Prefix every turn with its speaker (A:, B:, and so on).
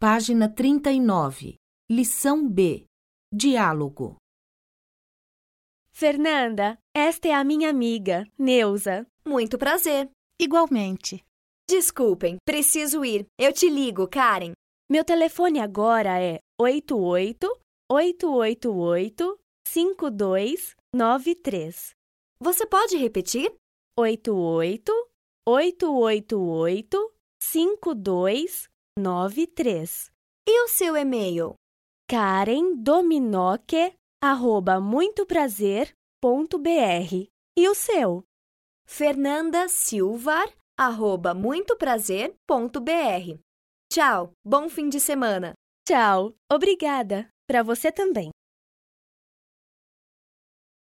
A: Página 39. Lição B. Diálogo.
B: Fernanda, esta é a minha amiga, Neuza.
C: Muito prazer.
D: Igualmente.
C: Desculpem, preciso ir. Eu te ligo, Karen.
B: Meu telefone agora é 88 888 5293.
C: Você pode repetir?
B: 88 888 5293.
C: E o seu e-mail?
B: Karen Dominoque, arroba muitoprazer.br. E o seu?
C: Fernanda Silvar, arroba muitoprazer.br. Tchau, bom fim de semana.
B: Tchau. Obrigada. Para você também.